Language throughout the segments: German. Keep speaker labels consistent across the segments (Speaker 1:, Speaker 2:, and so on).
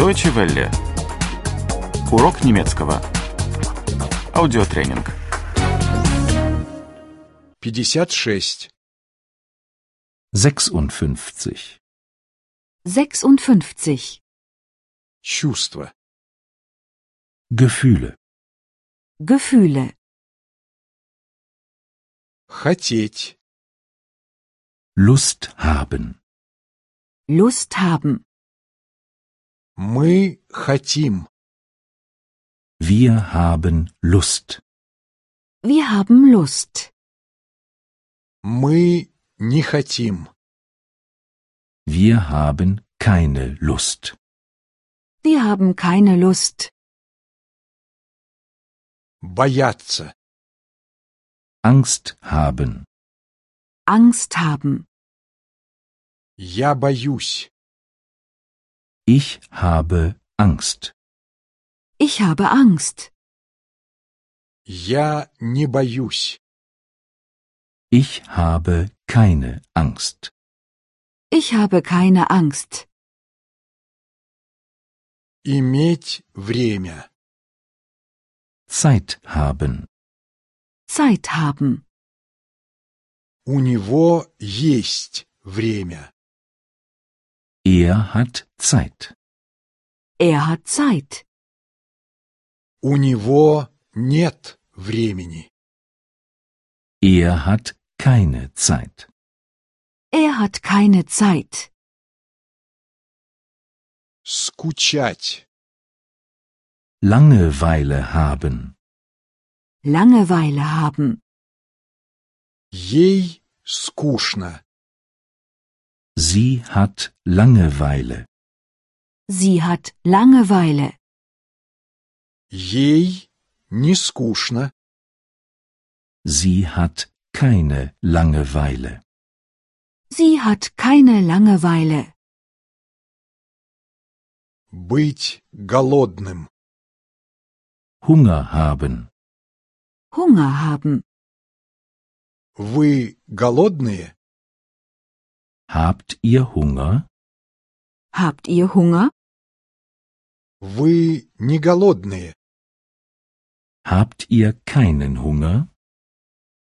Speaker 1: Deutsche Welle. Урок немецкого. Аудиотренинг.
Speaker 2: 56.
Speaker 3: 56.
Speaker 4: 56.
Speaker 2: Чувство.
Speaker 3: Gefühle.
Speaker 4: Gefühle.
Speaker 2: Хотеть.
Speaker 3: Lust haben.
Speaker 4: Lust haben.
Speaker 2: Мы хотим.
Speaker 3: Wir haben Lust.
Speaker 4: Wir haben Lust.
Speaker 2: Мы не хотим.
Speaker 3: Wir haben keine Lust.
Speaker 4: Wir haben keine Lust.
Speaker 2: Бояться.
Speaker 3: Angst haben.
Speaker 4: Angst haben.
Speaker 2: Я боюсь.
Speaker 3: Ich habe Angst.
Speaker 4: Ich habe Angst.
Speaker 2: Я не боюсь.
Speaker 3: Ich habe keine Angst.
Speaker 4: Ich habe keine Angst.
Speaker 2: Иметь время.
Speaker 3: Zeit haben.
Speaker 4: Zeit haben.
Speaker 2: У него есть время.
Speaker 3: Er hat Zeit.
Speaker 4: Er hat Zeit.
Speaker 2: У него нет времени.
Speaker 3: Er hat keine Zeit.
Speaker 4: Er hat keine Zeit.
Speaker 2: Скучать.
Speaker 3: Langeweile haben.
Speaker 4: Langeweile haben.
Speaker 2: Ей скучно.
Speaker 3: Sie hat Langeweile.
Speaker 4: Sie hat Langeweile.
Speaker 2: Ей не скучно.
Speaker 3: Sie hat keine Langeweile.
Speaker 4: Sie hat keine Langeweile.
Speaker 2: Быть голодным.
Speaker 3: Hunger haben.
Speaker 4: Hunger haben.
Speaker 2: Вы голодные?
Speaker 3: Habt ihr Hunger?
Speaker 4: Habt ihr Hunger?
Speaker 2: Вы не голодные.
Speaker 3: Habt ihr keinen Hunger?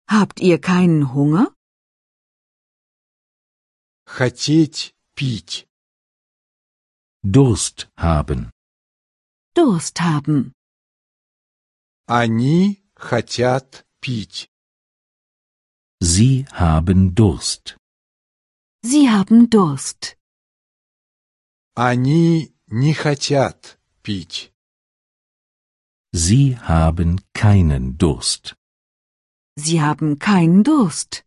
Speaker 4: Habt ihr keinen Hunger?
Speaker 2: Хотеть пить.
Speaker 3: Durst haben.
Speaker 4: Durst haben.
Speaker 2: Они хотят пить.
Speaker 3: Sie haben Durst.
Speaker 4: Sie haben Durst.
Speaker 2: Они не хотят пить.
Speaker 3: Sie haben keinen Durst.
Speaker 4: Sie haben keinen Durst.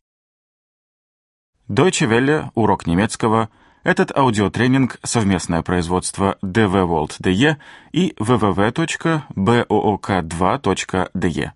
Speaker 1: Deutsche Welle. Урок немецкого. Этот аудиотренинг – совместное производство DW World DE и www.book2.de.